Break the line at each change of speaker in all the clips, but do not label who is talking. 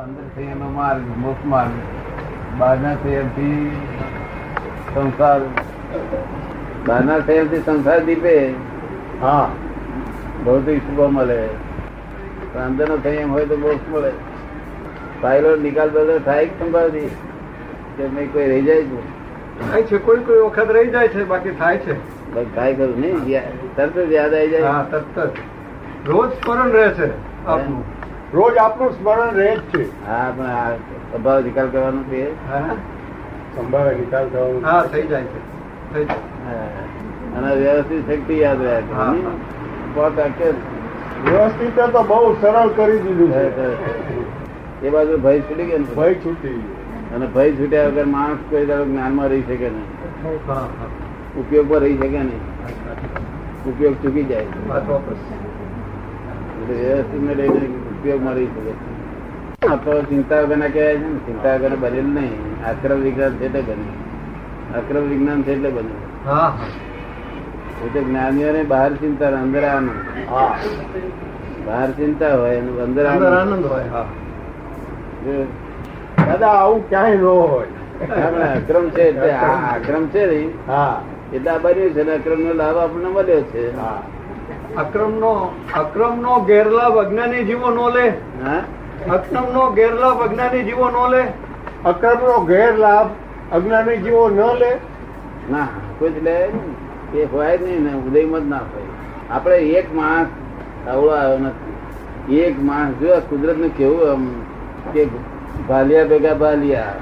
અંદર સંયમનો માર્ગ મોક્ષ માર્ગ બહારના સંયમથી સંસાર બહારના સંયમથી સંસાર દીપે
હા
ભૌતિક સુખ મળે પણ અંદરનો સંયમ હોય તો મોક્ષ મળે પાયલો નિકાલ બધો થાય જ સંભાળથી કે ભાઈ કોઈ રહી જાય છે
થાય છે કોઈ કોઈ વખત રહી જાય છે બાકી થાય છે
બસ થાય કરું નહીં યા- તરત જ યાદ આવી જાય
હા તરત જ. રોજ સ્મરણ રહે છે આપનું
રોજ આપનું સ્મરણ રહે જ છે
હા પણ આ સ્વભાવ નિકાલ કરવાનો છે
હા
સંભાવે નિકાલ થવાનો
હા, થઈ જાય છે થઈ જાય
હા. અને વ્યવસ્થિત શક્તિ યાદ રહ્યા છે
હા.
નહીં? પોત અક્ષર
વ્યવસ્થિત તો બહુ સરળ કરી દીધું છે
એ બાજુ ભય છૂટી ગયો ને?
ભય છૂટી ગયું.
અને ભય છૂટ્યા વગર માણસ કોઈ દાડો જ્ઞાનમાં રહી શકે નહીં
હા હા
ઉપયોગમાં રહી શકે નહીં ઉપયોગ ચૂકી જાય
વાત વાપસ.
એટલે વ્યવસ્થિતમાં રહીને ઉપયોગમાં રહી શકે આ તો ચિંતા વગરના કહેવાય છે ને ચિંતા વગર બનેલ નહીં આક્રમ વિજ્ઞાન છે એટલે બન્યું આક્રમ વિજ્ઞાન છે એટલે બન્યું
હા હા
એટલે જ્ઞાનીઓને બહાર ચિંતા અને અંદર આનંદ
હા
બહાર ચિંતા હોય અને અંદર
અંદર
આનંદ
આનંદ હોય હા
જો,
દાદા આવું ક્યાંય ન હોય
આપણે આક્રમ છે એટલે આ આક્રમ છે ને
હા
એટલે આ બન્યું છે ને અક્રમ નો લાભ આપણને મળ્યો છે
હા
અક્રમનો અક્રમનો ગેરલાભ અજ્ઞાની જીવો નો લે
હા
અક્રમનો ગેરલાભ અજ્ઞાની જીવો નો લે
અક્રમનો ગેરલાભ અજ્ઞાની જીવો ન લે
ના કોઈ જ લે નહીં. એ હોય જ નહીં ને ઉદયમાં જ ના હોય આપણે એક માણસ આવડો આવ્યો નથી એક માણસ જો કુદરત નું કેવું આમ કે ભાલિયા ભેગા ભાલિયા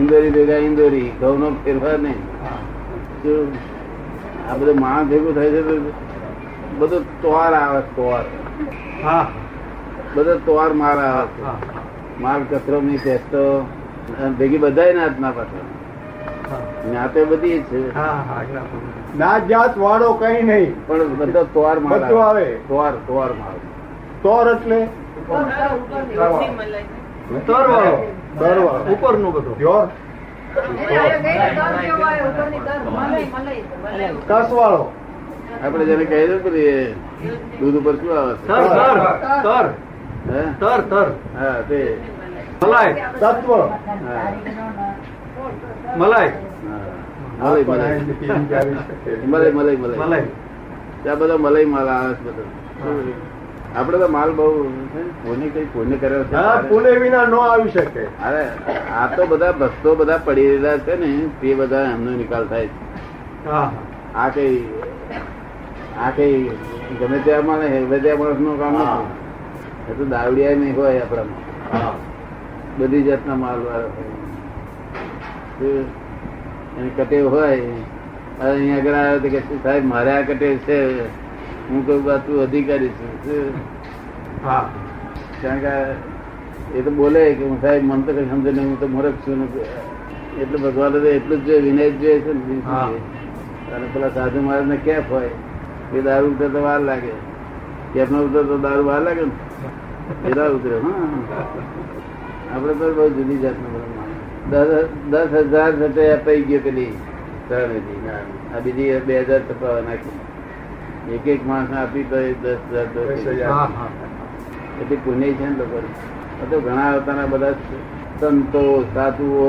ઇન્દોરી ભેગા ઇન્દોરી ઘઉંનો ફેરફાર નહીં શું? આ બધું માણસ ભેગું થાય છે તો બધું તોર આવે છે, તોર
હા
બધો તોર માર આવે છે
હા
માલ કચરો ની ટેસ્ટો અને ભેગી બધા નાતના પાછળ
હા
નાતે બધી જ છે
હા હા અજ્ઞાપૂર્ણ.
ના જાત વાળો કઈ નહીં
પણ બધો તોર માલ
બધું આવે.
તોર તોર માલ
તોર એટલે
તરવાળો
તરવાળો.
ઉપરનું બધું
યોર કસ વાળો
આપણે જેને કહી દઉં કે એ દૂધ ઉપર શું આવે છે
તર તર તર
હે?
તર તર
હા તે
મલાઈ
તત્વ
મલાઈ
હા. મલાઈ મલાઈ મલાઈ મલાઈ મલાઈ
મલાઈ
ત્યાં બધા મલાઈ માલ આવે છે બધો આપડે તો માલ બહુ છે ને, કોને કઈ કોને કર્યો છે
હા પુણે વિના ન આવી શકે
અરે આ તો બધા ભક્તો બધા પડી રહેલા છે ને તે બધા એમનો નિકાલ થાય છે
હા
આ કઈ આ કઈ ગમે ત્યાં મળે ગમે ત્યાં માણસનું કામ
હા.
નથી એ તો દાવડિયા નહીં હોય આપણામાં
હા
બધી જાતના માલ વાળા હોય એને કટે હોય હવે અહીંયા આગળ આવ્યો તો કે સાહેબ મારે આ કટે છે હું કહું કે આ તું અધિકારી છું શું?
હા
કારણ કે આ એ તો બોલે કે હું સાહેબ મને તો કઈ સમજે નહીં હું તો મૂર્ખ છું ને એટલે ભગવાન તો એટલું જ જોઈએ વિનય જ જોઈએ છે ને બીજું
હા.
શું જોઈએ? અને પેલા સાધુ મહારાજ ને કેફ હોય કે દારૂ ઉતરે તો વાર લાગે કેફ નો ઉતરે તો દારૂ વાર લાગે ને એ દારૂ ઉતરે હા આપડે તો બહુ જુદી જાતનું બધું માને. દસ દસ હજાર સાથે અપાઈ ગયો પેલી સહવેદી. આ બીજી બે હજાર છપાવા નાખી એક એક માણસ આપી તો એ દસ હજાર તો
દસ
થઈ
હજાર.
ગયા.
હા હા
એટલી પુણ્ય છે ને લોકોની. આ તો ઘણા અવતારના બધા સંતો સાધુઓ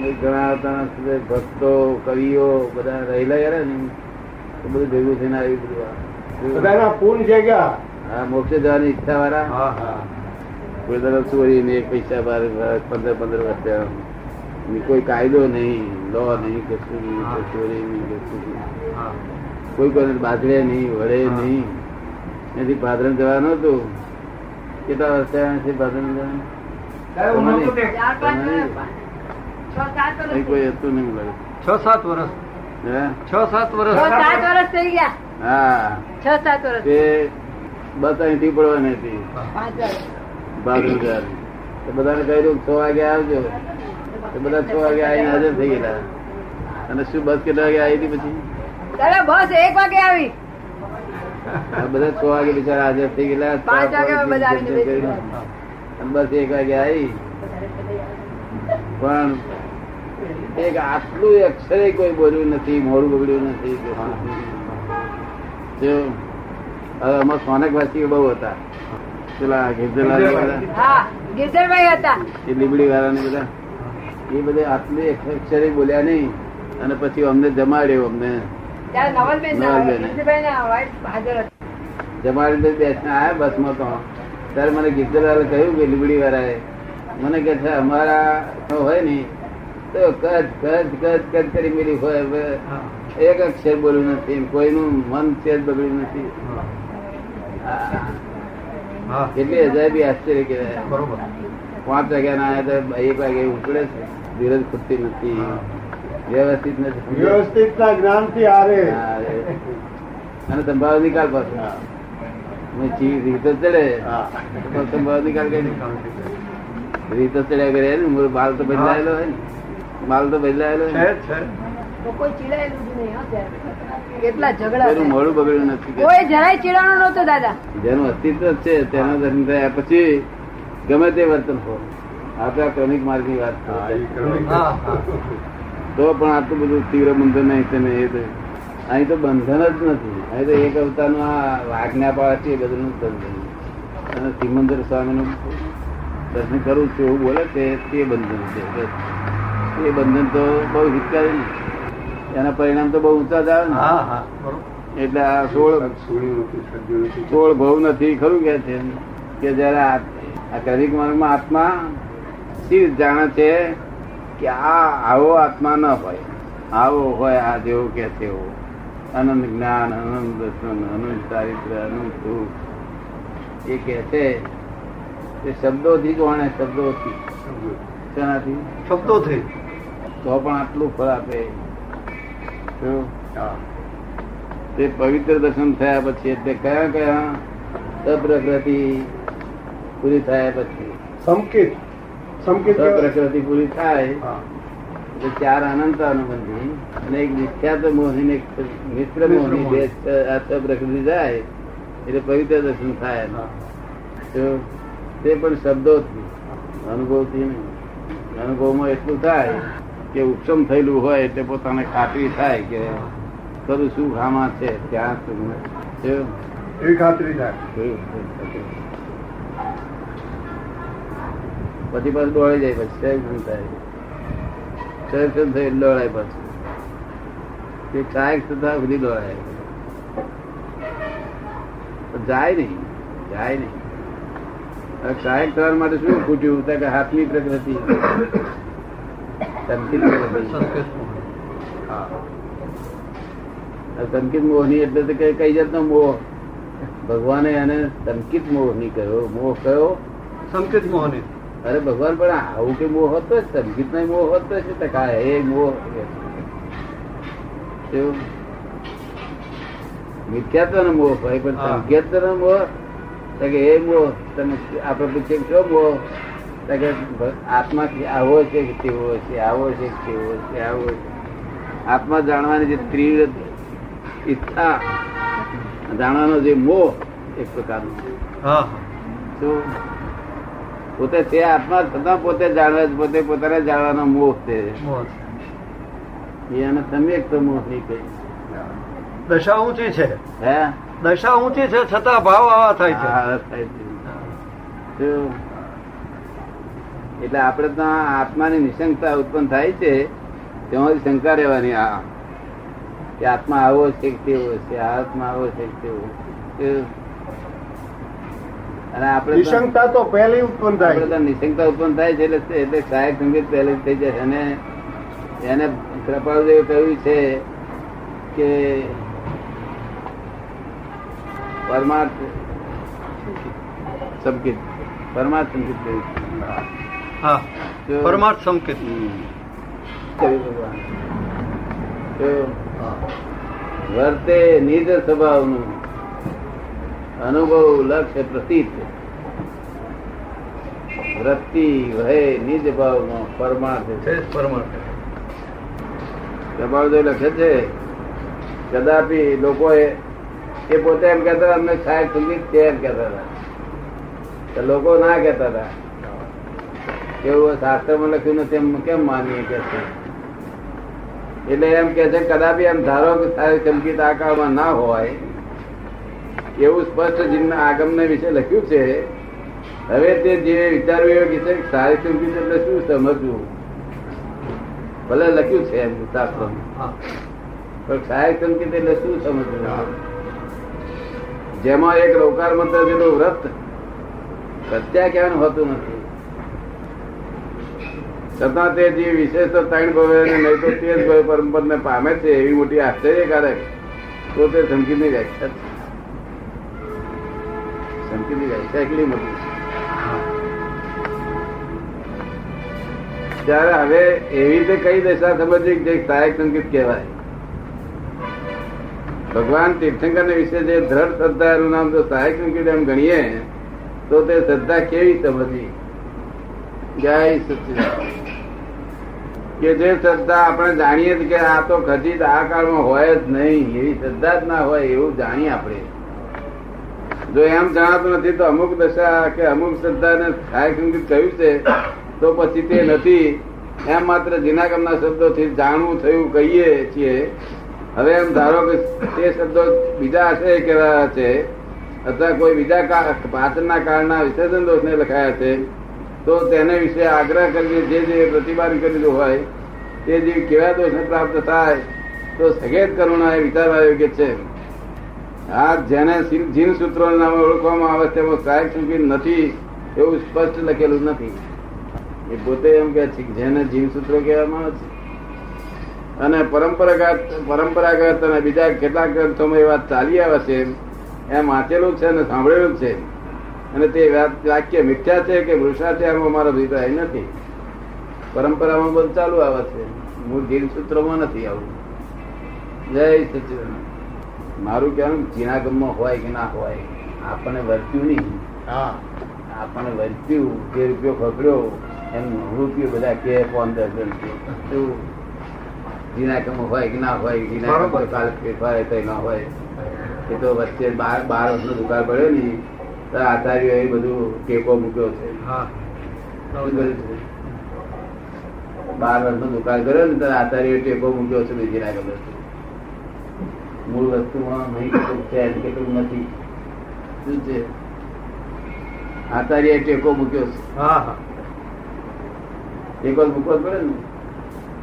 ને ઘણા અવતારના સુધી ભક્તો કવિઓ બધા રહેલા યાર ને એ બધું ભેગું થઈને આવી બધું આ.
બધાના પુન જગ્યા
હા મોક્ષે જવાની ઈચ્છા વાળા
હા હા
કોઈ તરફ ચોરી ને પૈસા બાર બાર, પંદર પંદર વર્ષ ને કોઈ કાયદો નહીં લો નહીં કશું નહીં કોઈ ચોરી નહીં કશું નહીં.
હા
કોઈ કોઈને બાજરે નહીં વળે
હા.
નહીં એથી પાદરણ જવાનું હતું કેટલા વર્ષ થયા છે પાદરણ જવાનું
સાહેબ, હું નહોતો દેખતો.
અહીં કોઈ હતું નહીં મળે
છ સાત વર્ષ
હે?
છ સાત
સાત
વર્ષ
વર્ષ થઈ ગયા
હા
છ સાત વર્ષ
તે બસ અહીંથી પડવાની હતી
પાંચ વર્ષ
ભાદરવા જવાની. તો બધાને કહ્યું છ વાગે આવજો તો બધા છ વાગે આવીને હાજર થઈ ગયેલા અને શું બસ કેટલા વાગે આવી હતી પછી
ત્યારે બસ એક વાગે આવી
આ બધા છ વાગે બિચારા હાજર થઈ ગયેલા
પાંચ વાગે અમે બધા આવીને બેસી
કરીને. અને બસ એક વાગે આવી પણ એક આટલું અક્ષરે કોઈ બોલ્યું નથી મોડું બગડ્યું નથી કશું નથી. જો હવે આમાં સોનક વાસીઓ બહુ હતા પેલા ગિરધરલાલ વાળા,
હા ગીરધરભાઈ હતા
એ લીબડી વાળા ને બધા એ બધા આટલી અક્ષરે બોલ્યા નહીં અને પછી અમને જમાડ્યો અમને
ત્યારે નવલબેન ના આવ્યા.
નવલબેન.
ગીરધરભાઈ ના wife હાજર હતા.
જમાડીને બેસીને આવ્યા બસમાં તો ત્યારે મને ગીરધરલાલે કહ્યું કે લીબડી વાળાએ મને કે છે અમારા તો હોય ને તો કચ કચ કચ કચ કરી મેલી હોય હવે એક અક્ષર બોલ્યું નથી કોઈનું મન છે જ બગડ્યું નથી આ
હા
કેટલી અજાયબી આશ્ચર્ય કહેવાય
બરોબર
પાંચ વાગ્યા ના આવ્યા તો એક વાગે ઉકળે છે ધીરજ ખૂટતી નથી વ્યવસ્થિત નથી
વ્યવસ્થિત ના જ્ઞાન થી હારે
હા, રે. અને સંભાવ નિકાલ પાછો હું જીવ રીતો ચડે
હા.
તો સંભાવ નિકાલ કઈ નહીં. રીતો ચડ્યા કરે ને મારો બાલ તો બદલાયેલો હોય ને બાલ તો બદલાયેલો
છે
હોય ને.
છે
તો કોઈ ચીડાયેલું જ નહીં હો ત્યારે. કેટલા ઝઘડા
તેનું
થયા.
મોડું બગડ્યું નથી કે
કોઈ જરાય ચીડાણો નહોતો દાદા
જેનું અસ્તિત્વ છે તેના દર્શન થયા પછી ગમે તે વર્તન હો આ તો આ ક્રમિક માર્ગની વાત
હા,
છે
ઈ કરો.
હા, હા.
તો પણ આટલું બધું તીવ્ર બંધન નહીં છે ને એ તો અહીં તો બંધન જ નથી અહીં તો એક અવતારનું આ આજ્ઞા પાળા છે એ બધાનું જ બંધન અને સિમંદર સ્વામીનું દર્શન કરું છું એવું બોલે છે તે બંધન છે બસ. એ બંધન તો બહુ હિતકારી ને એના પરિણામ તો બહુ ઊંચા જ આવે
હા હા બરોબર
ને એટલે આ સોળ
સોળ્યું નથી, સજ્જું નથી.
સોળ ભવ નથી ખરું કે છે કે જયારે આ ક્રમિક માર્ગમાં આત્મા સ્થિર જાણે છે કે આ આવો આત્મા ન હોય આવો હોય આ જેવો કે તેવો અનંત જ્ઞાન અનંત દર્શન અનંત ચારિત્ર અનંત સુખ એ કે છે એ શબ્દોથી જ વણે શબ્દોથી
સજ્જું.
તેનાથી
શબ્દો થઈ
તો પણ આટલું ફળ આપે શું?
હા.
તે પવિત્ર દર્શન થયા પછી એટલે કયા કયા સપ્રકૃતિ પૂરી થાય પછી
સંકેત સંકેત કહેવાય.
સપ્રકૃતિ પૂરી થાય
હા.
એટલે ચાર અનંત અનુબંધી અને એક વિખ્યાત મોહી ને એક મિત્ર મોહી બે આ સપ્રકૃતિ જાય એટલે પવિત્ર દર્શન થાય એમ. તો તે પણ શબ્દોથી અનુભવથી નહીં અનુભવમાં એટલું થાય કે ઉપસમ થયેલું હોય એટલે પોતાને ખાતરી થાય કે ખરું શું આમાં છે ત્યાં શું નથી. એવું.
એવી ખાતરી થાય
પછી પાછું દોડાઈ જાય પછી સેલ્ફન થાય સેલ્ફન થઈ એટલે દોડાય પાછું તે કાયક થતા સુધી દોડાય પણ જાય નહીં જાય નહીં હવે કાયક થવા માટે શું ખૂટ્યું તો કે હાથની પ્રકૃતિ સંકિત પ્રકૃતિ
સંસ્કૃત માં.
હા. આ સંકિત મોહની એટલે તો કઈ કઈ જાતનો મોહ ભગવાને એને સંકિત મોહની કહ્યો મોહ કયો
સંસ્કૃત મોહની
અરે ભગવાન પણ આવું કે મોહ હતો જ સંગીત નો મોહ હતો જ તો કા એ મોહ એવું મિથ્યાત્વનો મોહ હોય પણ
હા.
સંકેતનો મોહ તો કે એ મોહ તમે આપણે પૂછીએ કયો મોહ તો કે ભ- આત્મા કે આવો છે કે તેવો છે આવો છે કે તેવો છે આવો છે આત્મા જાણવાની જે તીવ્ર ઈચ્છા જાણવાનો જે મોહ એક પ્રકારનો
હા
શું? પોતે તે આત્મા છતાં પોતે જાણવા જ- પોતે પોતાને જાણવાનો મોહ છે
મોહ
એને તમે એક તો મોહ નહીં કહી
દશા ઊંચી છે
હે
દશા ઊંચી છે છતાં ભાવ આવા થાય છે
હા, થાય છે. શું? એટલે આપણે તો આ આત્માની નિશંકતા ઉત્પન્ન થાય છે તેમાંથી શંકા રહેવાની આ કે આત્મા આવો છે કે તેવો છે આ આત્મા આવો છે કે તેવો શું? અને આપણે તો-
નિશંકતા તો પહેલી ઉત્પન્ન
આપણે
થાય
તો નિશંકતા ઉત્પન્ન થાય છે એટલે એટલે સહાયક સંગીત પહેલે જ થઈ જાય અને એને કૃપાળુદેવે કહ્યું છે કે પરમાર્થ સંગીત પરમાર્થ સંગીત કહ્યું છે.
હા
તો-
પરમાર્થ સંકેત
હમ. કહ્યું ભગવાન. તો વર્તે નિજ સ્વભાવનું અનુભવ લક્ષ્ય પ્રતીત વૃત્તિ વહે નિજ ભાવનો પરમાર્થ છે
છે જ પરમાર્થ
તમારું જે લખે છે કદાપી લોકો એ એ પોતે એમ કહેતા હતા, અમને સાહેબ સંગીત છે એમ કહેતા હતા તો લોકો ના કહેતા હતા કે એવું શાસ્ત્રમાં લખ્યું નથી એમ કેમ માનીએ કે છે એટલે એમ કે છે કદાપી એમ ધારો કે સાહેબ સંગીત આ કાળમાં ના હોય એવું સ્પષ્ટ જીવના આગમને વિશે લખ્યું છે હવે તે જે વિચારવું એવું કે છે કે સારી સમજી એટલે શું સમજવું ભલે લખ્યું છે એમ શાસ્ત્રમાં
હા
પણ સારી સંકેત એટલે શું સમજવું જેમાં એક રોકાર મંત્ર જેટલું વ્રત પ્રત્યાખ્યાન હોતું નથી છતાં તે જે વિશેષ તો ત્રણ ભવે અને નહીં તો તે જ ભવે પરમપદને પામે છે એવી મોટી આશ્ચર્યકારક તો તે સંકેતની વ્યાખ્યા છે સંકેતની વ્યાખ્યા એટલી મોટી છે ત્યારે હવે એવી રીતે કઈ દશા સમજવી કે જે સહાયક સંકેત કહેવાય ભગવાન તીર્થંકર વિશે જે દ્રઢ શ્રદ્ધા એનું નામ જો સહાયક સંકેત એમ ગણીએ તો તે શ્રદ્ધા કેવી સમજી જય સચિદાન કે જે શ્રદ્ધા આપણે જાણીએ જ કે આ તો ખચિત આ કાળમાં હોય જ નહીં એવી શ્રદ્ધા જ ના હોય એવું જાણીએ આપણે જો એમ જણાતું નથી તો અમુક દશા કે અમુક શ્રદ્ધાને સહાયક સંકેત કહ્યું છે તો પછી તે નથી એમ માત્ર જીનાગમના શબ્દોથી જાણવું થયું કહીએ છીએ હવે એમ ધારો કે તે શબ્દો બીજા હશે કહેવાયા છે અથવા કોઈ બીજા કા- પાછળના કાળના વિસર્જન દોષને લખાયા છે તો તેને વિશે આગ્રહ કરીને જે જે પ્રતિબંધ કરેલું હોય તે જે કેવા દોષને પ્રાપ્ત થાય તો સગેત કરુણા એ વિચારવા યોગ્ય છે આ જેને જીન- જીન સૂત્રો નામે ઓળખવામાં આવે છે તેમાં સહાયક સંકેત નથી એવું સ્પષ્ટ લખેલું નથી એ પોતે એમ કે છે કે જેને જીવ સૂત્રો કહેવામાં આવે છે અને પરંપરાગત પરંપરાગત અને બીજા કેટલાક ગ્રંથોમાં એ વાત ચાલી આવે છે એમ વાંચેલું છે અને સાંભળેલું છે અને તે વાત વાક્ય મિથ્યા છે કે વૃષા છે એમાં મારો અભિપ્રાય નથી પરંપરામાં બધું ચાલુ આવે છે મૂળ જીવ સૂત્રોમાં નથી આવું જય સચિદાન મારું કહેવાનું જીનાગમમાં હોય કે ના હોય આપણને વર્ત્યું નહીં
હા
આપણને વર્ત્યું કે રૂપિયો ખબર્યો એમ રૂપિયો બધા કે ફોન દર્શન જીના કમ હોય કે ના હોય જીના કમ
બરોબર.
કાલ ફેરફાર હોય તો ના હોય એ તો વચ્ચે બાર બાર વર્ષનો દુકાળ પડ્યો ને તો આચાર્ય એ બધું ટેકો મૂક્યો છે
હા
શું કર્યું છે? બાર વર્ષનો દુકાળ કર્યો ને તો આચાર્ય ટેકો મૂક્યો છે બીજી ના ખબર છે. મૂળ વસ્તુમાં નહીં કેટલું છે ને કેટલું નથી શું છે આચાર્ય ટેકો મૂક્યો છે
હા હા
એક વાર મૂકવો જ પડે ને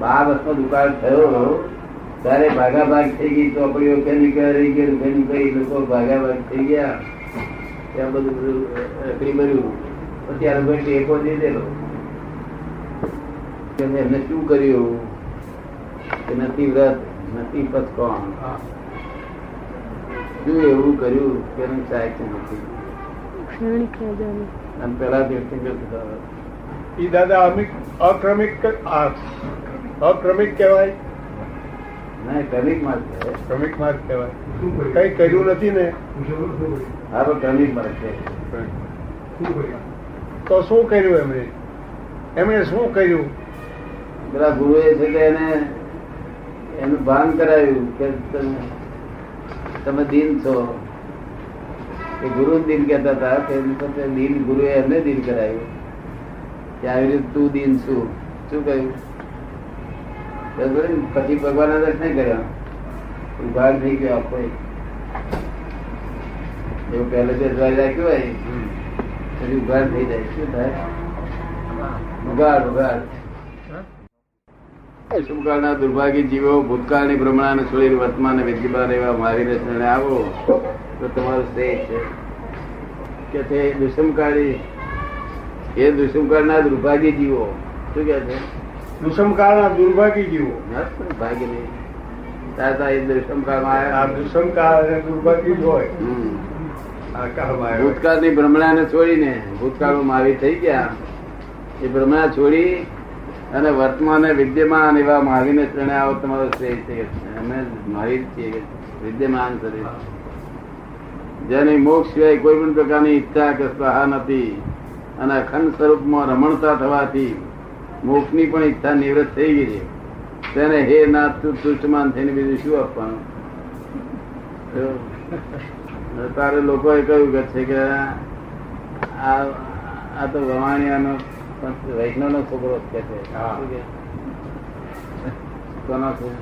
બાર વર્ષનો દુકાળ થયો ત્યારે ભાગાભાગ થઈ ગઈ ચોપડીઓ ખેલી ગયા રહી ગઈ ખેલી ગઈ લોકો ભાગાભાગ થઈ ગયા ત્યાં બધું બધું અકડી મર્યું પછી આ લોકોએ ટેકો દઈ દેલો એમને એમને શું કર્યું કે નથી વ્રત નથી પસકોણ
હા
શું એવું કર્યું કે એનું સાહેબ નથી અને પેલા તીર્થંકર કહેતા,
ઈ દાદા અમિક અક્રમિક ક- આ, અક્રમિક કહેવાય
ના ક્રમિક માર્ગ છે
ક્રમિક માર્ગ કહેવાય કઈ કર્યું નથી ને
હા પણ ક્રમિક માર્ગ છે
તો શું કર્યું એમણે એમણે શું કર્યું
પેલા ગુરુએ છે તે એને એનું ભાન કરાવ્યું કે તમે તમે દિન છો એ ગુરુ દિન કહેતા હતા તે વખતે દિન ગુરુએ એમને દિન કરાવ્યું કે આવી રીતે તું દિન છું શું કહ્યું બરાબર ને? પછી ભગવાનના દર્શન કર્યા ઉભાર થઈ ગયો આખો એ. એવું પહેલેથી અજવાળી રાખ્યું હોય પછી ઉભાર થઈ જાય શું થાય ઉઘાડ ઉઘાડ શુભકાળના દુર્ભાગી જીવો ભૂતકાળની ભ્રમણાને છોડીને વર્તમાનને વિદ્યમાન એવા મારીને શરણે આવો તો તમારું શ્રેય છે કે તે દુષ્મકાળી એ દુષ્મકાળના દુર્ભાગી જીવો શું કહે છે
દુષ્મકાળના દુર્ભાગી જીવો
ના, ભાગી નહીં તાતા એ દુષ્મકાળમાં
આ
આવ્યા
દુષ્મકાળ અને દુર્ભાગી જ હોય
હમ.
આ કાળમાં આવ્યા.
ભૂતકાળની ભ્રમણાને છોડીને ભૂતકાળમાં મારી થઈ ગયા એ ભ્રમણા છોડી અને વર્તમાને વિદ્યમાન એવા મહાવીને શરણે આવો તમારો શ્રેય છે અમે મહાવીર છીએ કે વિદ્યમાન શરીર જેની મોક્ષ સિવાય કોઈ પણ પ્રકારની ઈચ્છા કે સ્વાહા નથી અને અખંડ સ્વરૂપમાં રમણતા થવાથી મોક્ષની પણ ઈચ્છા નિવૃત્ત થઈ ગઈ છે તેને હે નાથ તું તુષ્ટમાન થઈને બીજું શું આપવાનું એવું. અને તારે લોકોએ કહ્યું કે છે કે આ આ તો વવાણિયાનો વૈષ્ણવનો છોકરો જ કે છે
હા.
શું કે? કોનો છોકરો?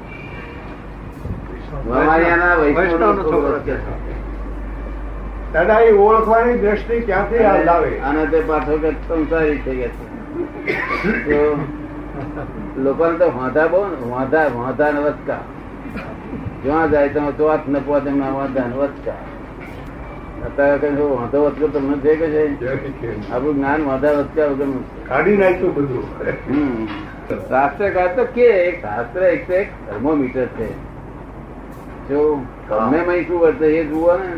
વવાણિયાના વૈષ્ણવનો
વૈષ્ણવનો
છોકરો
છોકરો
જ કે છે.
દાદા એ ઓળખવાની દ્રષ્ટિ ક્યાંથી યાદ આવે
અને તે પાછો કે સંસારી થઈ ગયા છે તો લોકોને તો વાંધા બહુ ને વાંધા વાંધા ને વચકા જ્યાં જાય તમે ચોથ ન પોત એમના વાંધા ને વચકા અત્યારે કઈ શું વાંધો વચકો તમને થઈ ગયો છે
જય શ્રી
આપણું જ્ઞાન વાંધા વચકા વગરનું છે.
કાઢી નાખ્યું બધું
હમ. શાસ્ત્રકાર તો કે શાસ્ત્ર એક તો એક થર્મોમીટર છે જો તમને મય શું વર્તે એ જુઓ ને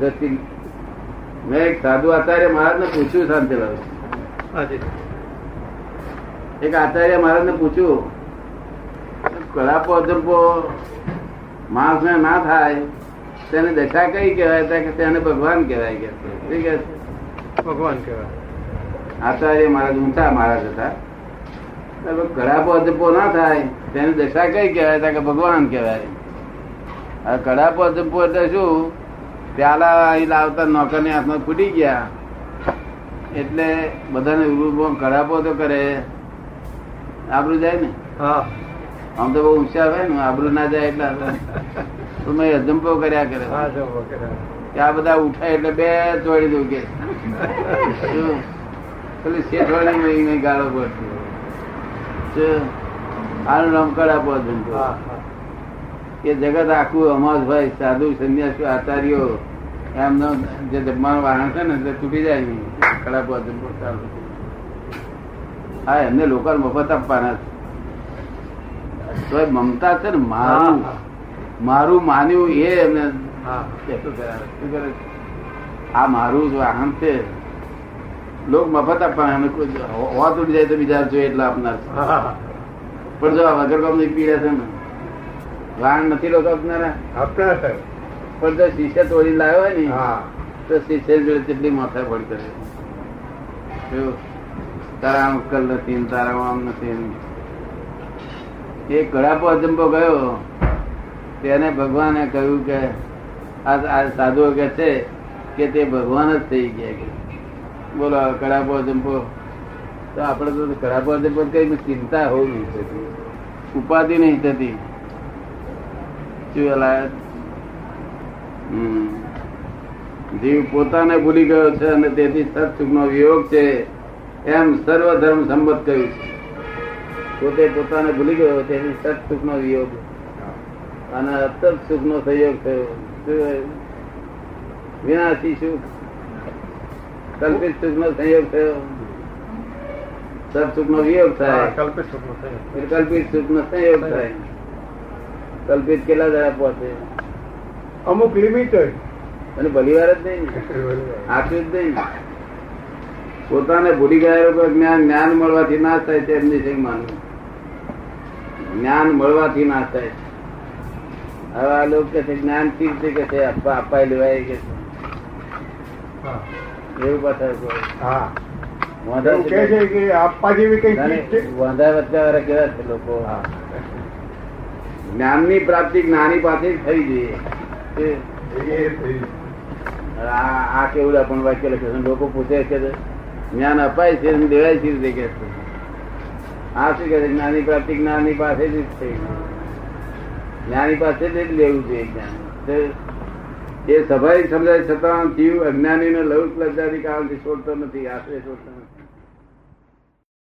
દ્રષ્ટિ મેં એક સાધુ આચાર્ય મહારાજને પૂછ્યું શાંતિ
હાજી
એક આચાર્ય મહારાજને પૂછ્યું કળાપો અજંપો માણસને ના થાય તેને દશા કઈ કહેવાય ત્યાં કે તેને ભગવાન કહેવાય કે છે. શું કહે છે
ભગવાન કહેવાય
આચાર્ય મહારાજ ઊંચા મહારાજ હતા એટલે કડાપો અજપો ના થાય તેની દશા કઈ કહેવાય ત્યાં કે ભગવાન કહેવાય આ કડાપો અજપો એટલે શું પ્યાલા અહીં લાવતા નોકરની હાથમાં ફૂટી ગયા એટલે બધાને રૂપમાં કડાપો તો કરે આબરું જાય ને
હા
આમ તો બહુ ઊંચા હોય ને આબરું ના જાય એટલે તો મેં અજંપો કર્યા કરે
હા જો વગેરે
કે આ બધા ઉઠાય એટલે બે ચોડી દઉં કે શું? પેલી શેઠવાણી માં એને ગાળો પડતી શું? આનું નામ કડાપો ધંધો.
હા હા
એ જગત આખું અમાસભાઈ સાધુ સંન્યાસી આચાર્યો એમનો જે જમવાનું વાહન છે ને તે તૂટી જાય નહીં કડાપો ધંધો ચાલુ. હા એમને લોકો મફત આપવાના છે તો એ મમતા છે ને મારું
હા.
મારું માન્યું એ એમને
હા
કહેતો કરાવે. શું કરે છે? આ મારું જ વાહન છે લોક મફત આપવાના અમે કોઈ હોવા તૂટી જાય તો બીજા જોઈએ એટલા આપનાર છે.
હા
પણ જો આ વગર કામની પીડા છે ને વાહન નથી લોકો આપનારા
આપના સર
પણ જો શીશા તોડી લાવ્યો હોય ને
હા
તો શીશા જોડે કેટલી માથા પડ કરે જો તારા આમ ઉકલ નથી ને તારા આમ નથી ને. એ ગળાપો અજંબો ગયો તેને ભગવાને કહ્યું કે આ આ સાધુઓ કે છે કે તે ભગવાન જ થઈ ગયા કે બોલો હવે કડાપો અજંબો તો આપણે તો કડાપો અજંબો કઈ ચિંતા હોવી નહીં થતી ઉપાધિ નહીં થતી શું અલા? હમ જીવ પોતાને ભૂલી ગયો છે અને તેથી સત્સુખનો વિયોગ છે એમ સર્વધર્મ સંમત કહ્યું છે પોતે પોતાને ભૂલી ગયો તેથી સત્સુખનો વિયોગ અને અત્યંત સુખનો સંયોગ થયો શું? વિનાશી સુખ કલ્પિત સુખનો સંયોગ થયો સત્સુખનો વિયોગ
હા
થાય
કલ્પિત સુખનો થયો
એટલે કલ્પિત સુખનો સંયોગ થાય કલ્પિત કેટલા જરા પહોંચે
અમુક લિમિટ જ
અને ભલીવાર જ નહીં ને આટલું જ નહીં ને. પોતાને ભૂલી ગયા લોકો જ્ઞાન જ્ઞાન મળવાથી નાશ થાય છે એમની છે માનવું જ્ઞાન મળવાથી નાશ થાય છે. હવે આ લોકો કે છે જ્ઞાન થી છે કે છે આપવા અપાય લેવાય કે છે
હા.
એવું પાછા કોઈ.
હા
વાંધા
એવું
છે
કહે છે કે આપવા જેવી કઈ
ના,
ચીજ છે
ના, વાંધા વચ્ચા વાળા કેવા છે લોકો જ્ઞાનની પ્રાપ્તિ જ્ઞાની પાસે જ થઈ જોઈએ તે
એ થઈ.
આ આ કેવું આપણને વાક્ય લખે છે લોકો પૂછે છે કે જ્ઞાન અપાય છે અને દેવાય છે તે કે છે. આ શું કે છે? જ્ઞાની પ્રાપ્તિ જ્ઞાની પાસે જ છે જ્ઞાની પાસે જ લેવું જોઈએ જ્ઞાન તે- એ સ્વાભાવિક સમજાય છતાં જીવ અજ્ઞાની ને લૌક લજ્જાથી કારણથી છોડતો નથી આશરે છોડતો નથી